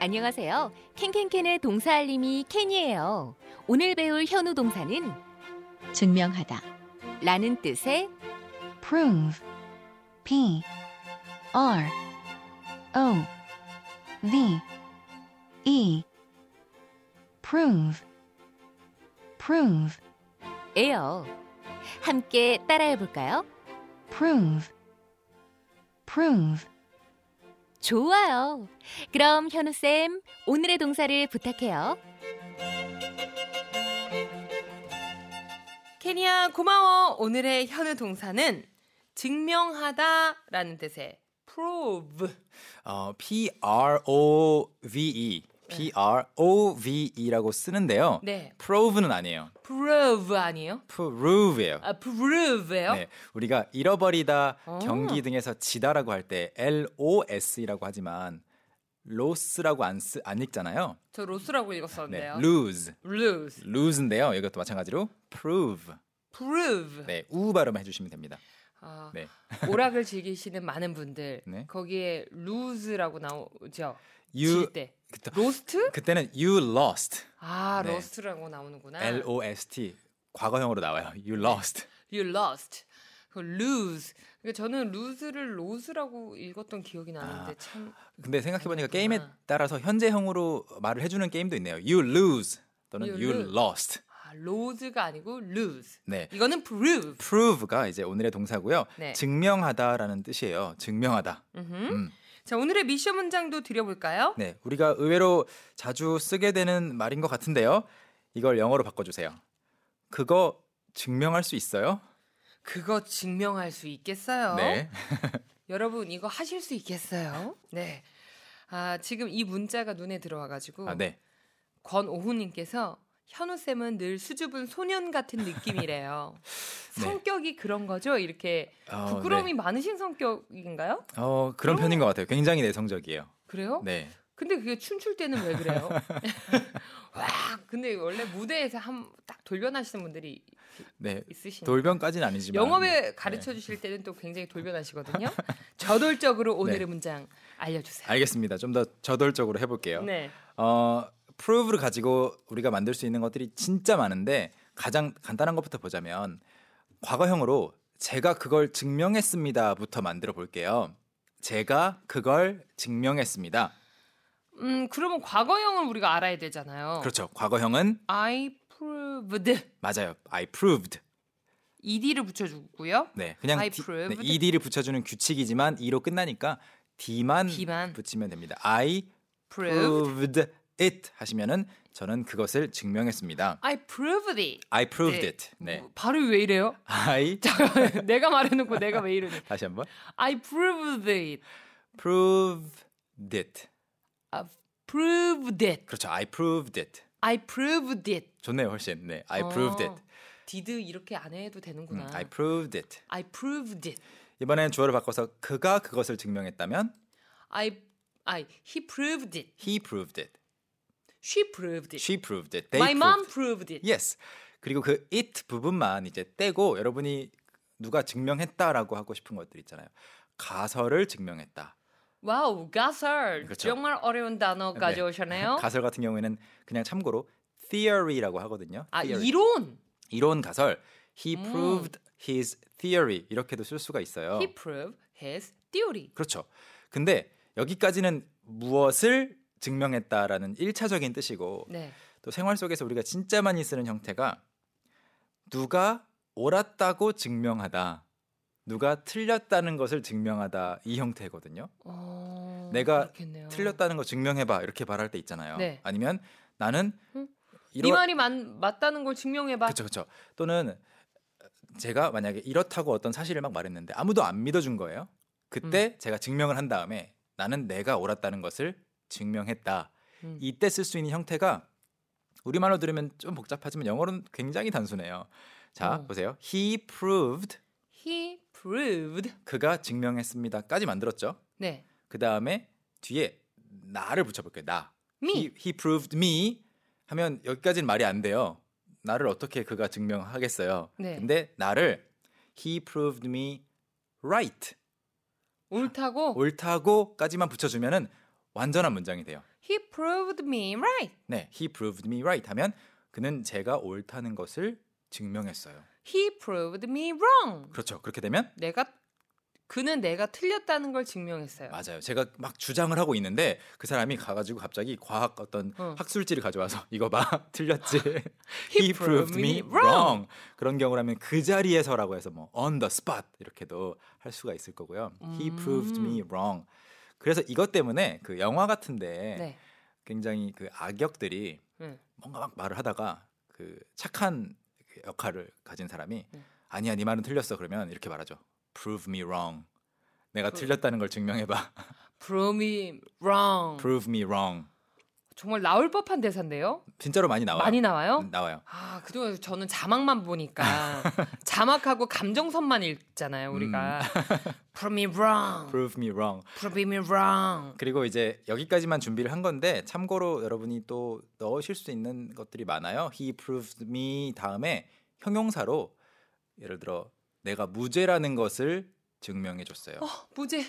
안녕하세요. 캔캔캔의 동사 알림이 캔이에요. 오늘 배울 현우 동사는 증명하다. 라는 뜻의 prove p r o v e prove prove 에요. 함께 따라해 볼까요? prove prove 좋아요. 그럼 현우쌤, 오늘의 동사를 부탁해요. 케니야 고마워. 오늘의 현우 동사는 증명하다라는 뜻의 prove. 어, P R O V E P R O V E라고 쓰는데요. 네. prove는 아니에요. prove 아니에요? prove예요. 아, prove예요? 네, 우리가 잃어버리다, 어. 경기 등에서 지다라고 할 때 L O S라고 하지만 loss라고 안, 쓰, 안 읽잖아요. 저 로스라고 네, 읽었었는데요. lose, lose. lose인데요. 이것도 마찬가지로 prove. prove. 네, 우 발음 해주시면 됩니다. 아, 네, 오락을 즐기시는 많은 분들 네. 거기에 lose라고 나오죠. you 질 때. 그때- 로스트? 그때는 you lost, 아, 네. 로스트라고 나오는구나. L O S T 과거형으로 나와요. you lost. You lost. 그 lose. 그러니까 저는 lose를 lose라고 읽었던 기억이 나는데 아. 참 근데 생각해보니까 아니었구나. 게임에 따라서 현재형으로 말을 해주는 게임도 있네요. You lose 또는 You you, lose. lost. 아, lose가 아니고 lose. 네, 이거는 prove. prove가 이제 오늘의 동사고요. 네. 증명하다라는 뜻이에요. 증명하다. 음흠. 음. 자 오늘의 미션 문장도 드려볼까요? 네, 우리가 의외로 자주 쓰게 되는 말인 것 같은데요. 이걸 영어로 바꿔주세요. 그거 증명할 수 있어요? 그거 증명할 수 있겠어요? 네, 여러분 이거 하실 수 있겠어요? 네. 아 지금 이 문자가 눈에 들어와가지고 아, 네. 권오훈님께서 현우 쌤은 늘 수줍은 소년 같은 느낌이래요. 네. 성격이 그런 거죠? 이렇게 어, 부끄러움이 네. 많으신 성격인가요? 어, 그런 편인 것 같아요. 굉장히 내성적이에요. 그래요? 네, 근데 그게 춤출 때는 왜 그래요? 와, 근데 원래 무대에서 한 딱 돌변하시는 분들이 네. 있으시니까. 돌변까지는 아니지만 영업에 네. 가르쳐 주실 때는 또 굉장히 돌변하시거든요. 저돌적으로 오늘의 네. 문장 알려주세요. 알겠습니다. 좀 더 저돌적으로 해볼게요. 네. 어, 프로브를 가지고 우리가 만들 수 있는 것들이 진짜 많은데 가장 간단한 것부터 보자면 과거형으로 제가 그걸 증명했습니다부터 만들어 볼게요. 제가 그걸 증명했습니다. 음, 그러면 과거형을 우리가 알아야 되잖아요. 그렇죠. 과거형은 I proved. 맞아요. I proved. ed를 붙여주고요. 네, 그냥 I D- proved. 네, ed를 붙여주는 규칙이지만 e로 끝나니까 d만 D만. 붙이면 됩니다. I proved. proved it 하시면은 저는 그것을 증명했습니다. I proved it. I proved 네. it. 네, 뭐, 발음이 왜 이래요? I 잠깐, 내가 말해놓고 내가 왜 이러니? 다시 한번. I proved it. proved it. I 아, proved it. 그렇죠. I proved it. I proved it. 좋네요, 훨씬. 네, I 어. proved it. 디드 이렇게 안 음, 해도 되는구나. I proved it. I proved it. 이번엔 주어를 바꿔서 그가 그것을 증명했다면 I I he proved it. he proved it, She proved it. she proved it, they My mom proved proved it. it. Yes. 그리고 그 it 부분만 이제 떼고 여러분이 누가 증명했다라고 하고 싶은 것들 있잖아요. 가설을 증명했다. 와우, 가설. 그렇죠. 정말 어려운 단어 네. 가져오셨네요. 가설 같은 경우에는 그냥 참고로 theory라고 하거든요. 아, theory. 이론. 이론 가설. He 음. proved his theory 이렇게도 쓸 수가 있어요. He proved his theory. 그렇죠. 근데 여기까지는 무엇을 증명했다라는 일차적인 뜻이고 네. 또 생활 속에서 우리가 진짜 많이 쓰는 형태가 누가 옳았다고 증명하다. 누가 틀렸다는 것을 증명하다 이 형태거든요. 어, 내가 그렇겠네요. 틀렸다는 거 증명해봐 이렇게 말할 때 있잖아요. 네. 아니면 나는 응? 이러 네 말이 맞, 맞다는 걸 증명해 봐. 그렇죠 그렇죠. 또는 어, 제가 만약에 이렇다고 어떤 사실을 막 말했는데 아무도 안 믿어준 거예요. 그때 제가 증명을 한 다음에 나는 내가 옳았다는 것을 증명했다. 음. 이때 쓸 수 있는 형태가 우리말로 들으면 좀 복잡하지만 영어로는 굉장히 단순해요. 자 어. 보세요. He proved He proved. 그가 증명했습니다까지 만들었죠. 네. 그 다음에 뒤에 나를 붙여볼게요. 나. Me. He, he proved me 하면 여기까지는 말이 안 돼요. 나를 어떻게 그가 증명하겠어요. 네. 근데 나를 he proved me right 옳다고 옳다고까지만 붙여주면은 완전한 문장이 돼요. He proved me right. 네, he proved me right 하면 그는 제가 옳다는 것을 증명했어요. He proved me wrong. 그렇죠. 그렇게 되면 내가 그는 내가 틀렸다는 걸 증명했어요. 맞아요. 제가 막 주장을 하고 있는데 그 사람이 가가지고 갑자기 과학 어떤 어. 학술지를 가져와서 이거 봐 틀렸지. He proved me wrong. 그런 경우라면 그 자리에서라고 해서 뭐 on the spot 이렇게도 할 수가 있을 거고요. He 음. proved me wrong. 그래서 이것 때문에 그 영화 같은데 네. 굉장히 그 악역들이 네. 뭔가 막 말을 하다가 그 착한 그 역할을 가진 사람이 네. 아니야 네 말은 틀렸어 그러면 이렇게 말하죠. Prove me wrong. 내가 Prove- 틀렸다는 걸 증명해봐. Prove me wrong. Prove me wrong. 정말 나올 법한 대사인데요. 진짜로 많이 나와요. 음, 많이 나와요? 나와요. 아, 그동안 저는 자막만 보니까 자막하고 감정선만 읽잖아요, 우리가. 음. Prove me wrong. Prove me wrong. Prove me wrong. 그리고 이제 여기까지만 준비를 한 건데 참고로 여러분이 또 넣으실 수 있는 것들이 많아요. He proved me 다음에 형용사로 예를 들어 내가 무죄라는 것을 증명해 줬어요. 무죄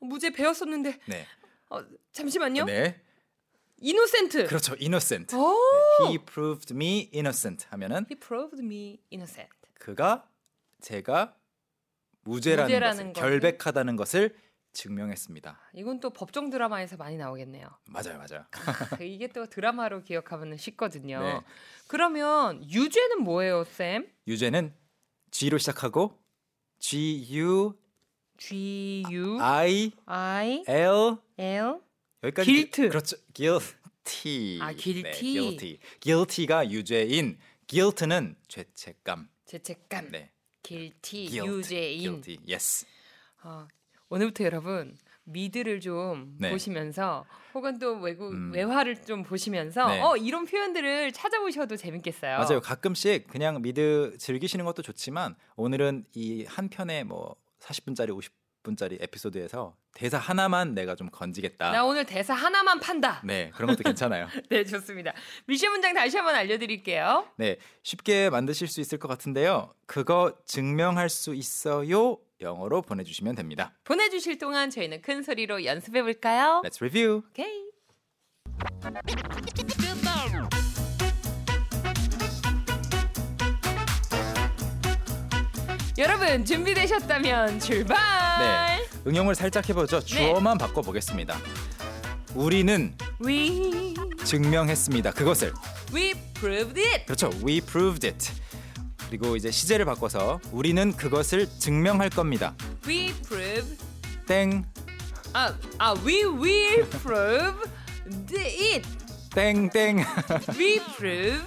무죄 배웠었는데 네. 어, 잠시만요. 네. 이노센트. 그렇죠. innocent. 네. 오! He proved me innocent 하면은 Oh, He proved me innocent. 그가 제가 무죄라는, 것을, 무죄라는 것을- 결백하다는 것을 증명했습니다. 이건 또 법정 드라마에서 많이 나오겠네요. 맞아요, 맞아요. 크, 이게 또 드라마로 기억하면 쉽거든요. 네. 그러면 유죄는 뭐예요, 쌤? 유죄는 G로 시작하고 G U G U I I L L 여기까지 Guilt. 그렇죠. guilty. 아, 네, guilty. guilty. guilty가 유죄인 guilt는 죄책감. 죄책감. 네. guilty, guilt, 유죄인. guilty. Yes. 아, 오늘부터 여러분 미드를 좀 네. 보시면서 혹은 또 외국 음. 외화를 좀 보시면서 네. 어 이런 표현들을 찾아보셔도 재밌겠어요. 맞아요. 가끔씩 그냥 미드 즐기시는 것도 좋지만 오늘은 이 한 편의 뭐 40분짜리 50분짜리 에피소드에서 대사 하나만 내가 좀 건지겠다. 나 오늘 대사 하나만 판다. 네, 네, 그런 것도 괜찮아요. 좋습니다. 미션 문장 다시 한번 알려드릴게요. 네, 쉽게 만드실 수 있을 것 같은데요. 그거 증명할 수 있어요. 영어로 보내주시면 됩니다. 보내주실 동안 저희는 큰 소리로 연습해 볼까요? Let's review. 오케이. 여러분 준비되셨다면 출발. 네, 응용을 살짝 네. 해보죠. 주어만 바꿔보겠습니다. 우리는 We 증명했습니다. 그것을 we proved it. 그렇죠. We proved it. 그리고 이제 시제를 바꿔서 우리는 그것을 증명할 겁니다. We proved. 땡, 아, 아, we will prove it. 땡, 땡. We prove.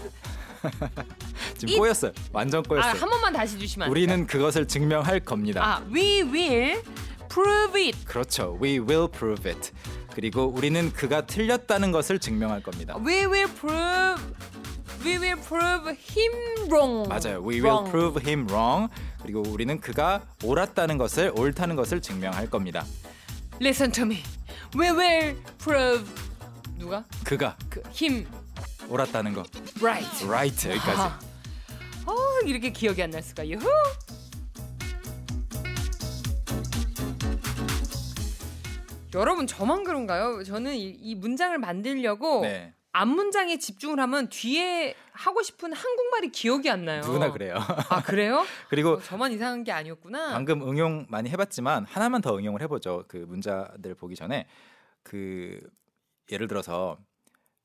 지금 꼬였어요. 완전 아, 꼬였어요. 한 번만 다시 주시면 안 돼요? 우리는 그것을 증명할 겁니다. 아, we will prove it. 그렇죠. We will prove it. 그리고 우리는 그가 틀렸다는 것을 증명할 겁니다. We will prove. We will prove him wrong. 맞아요. We will Wrong. prove him wrong. 그리고 우리는 그가 옳았다는 것을 옳다는 것을 증명할 겁니다. Listen to me. We will prove. 누가? 그가 그 him 옳았다는 거. right. Right 여기까지. 아, 어, 이렇게 기억이 안 날 수가. 유후. 여러분 저만 그런가요? 저는 이, 이 문장을 만들려고 네. 앞 문장에 집중을 하면 뒤에 하고 싶은 한국말이 기억이 안 나요. 누구나 그래요. 아 그래요? 그리고 어, 저만 이상한 게 아니었구나. 방금 응용 많이 해봤지만 하나만 더 응용을 해보죠. 그 문자들 보기 전에 그 예를 들어서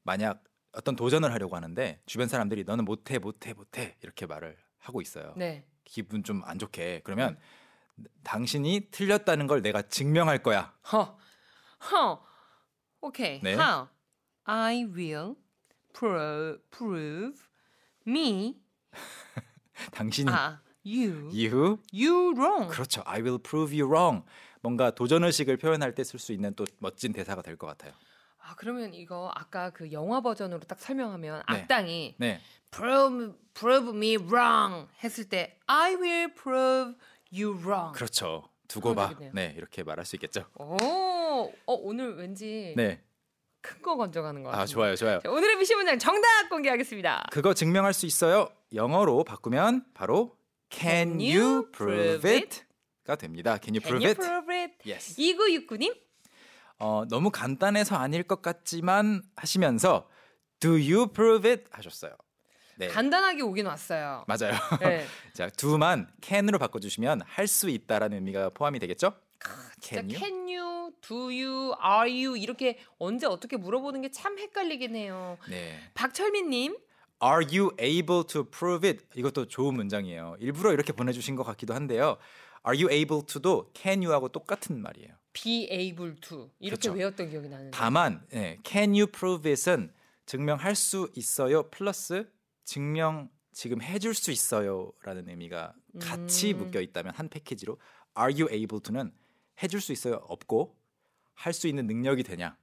만약 어떤 도전을 하려고 하는데 주변 사람들이 너는 못해 못해 못해 이렇게 말을 하고 있어요. 네. 기분 좀 안 좋게 그러면 당신이 틀렸다는 걸 내가 증명할 거야. 허. 허. 오케이. 네. How I will pro- prove me 당신이 아 you 이후 you wrong. 그렇죠. I will prove you wrong. 뭔가 도전 의식을 표현할 때 쓸 수 있는 또 멋진 대사가 될 것 같아요. 아 그러면 이거 아까 그 영화 버전으로 딱 설명하면 네. 악당이 네. prove prove me wrong 했을 때 I will prove you wrong. 그렇죠. 두고 봐. 그러겠네요. 네, 이렇게 말할 수 있겠죠. 오, 어 오늘 왠지 네. 큰 거 건져가는 것 같아요. 아, 좋아요. 좋아요. 자, 오늘의 미션 문장 정답 공개하겠습니다. 그거 증명할 수 있어요. 영어로 바꾸면 바로 Can you prove it?가 됩니다. Can you Can prove you it? prove it? Yes. 2969님 어, 너무 간단해서 아닐 것 같지만 하시면서 Do you prove it? 하셨어요. 네, 간단하게 오긴 왔어요. 맞아요. 네. 자, do만 can으로 바꿔주시면 할 수 있다라는 의미가 포함이 되겠죠? can 진짜 you? can you, do you, are you 이렇게 언제 어떻게 물어보는 게 참 헷갈리긴 해요. 네. 박철민님 Are you able to prove it? 이것도 좋은 문장이에요. 일부러 이렇게 보내주신 것 같기도 한데요. Are you able to도 can you하고 똑같은 말이에요. be able to 이렇게 그쵸. 외웠던 기억이 나는데 다만 예, can you prove it은 증명할 수 있어요 플러스 증명 지금 해줄 수 있어요라는 의미가 같이 음. 묶여 있다면 한 패키지로 Are you able to는 해줄 수 있어요 없고 할 수 있는 능력이 되냐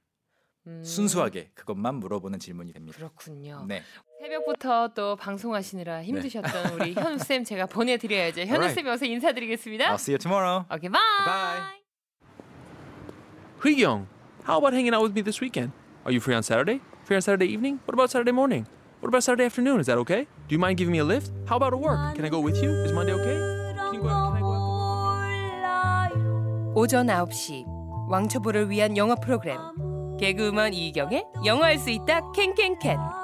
음, 순수하게 그것만 물어보는 질문이 됩니다. 그렇군요. 네, 새벽부터 또 방송하시느라 힘드셨던 우리 현우 쌤 제가 보내드려야죠. 현우 Alright. 쌤이 어서 인사드리겠습니다. I'll see you tomorrow. 오케이 바이. Bye. Young, how about hanging out with me this weekend? Are you free on Saturday? Free on Saturday evening? What about Saturday morning? What about Saturday afternoon? Is that okay? Do you mind giving me a lift? How about a work? Can I go with you? Is Monday okay? Can you go out? Can I go out? 오전 9시 왕초보를 위한 영어 프로그램 개그우먼 이경의 영어할 수 있다 캔캔캔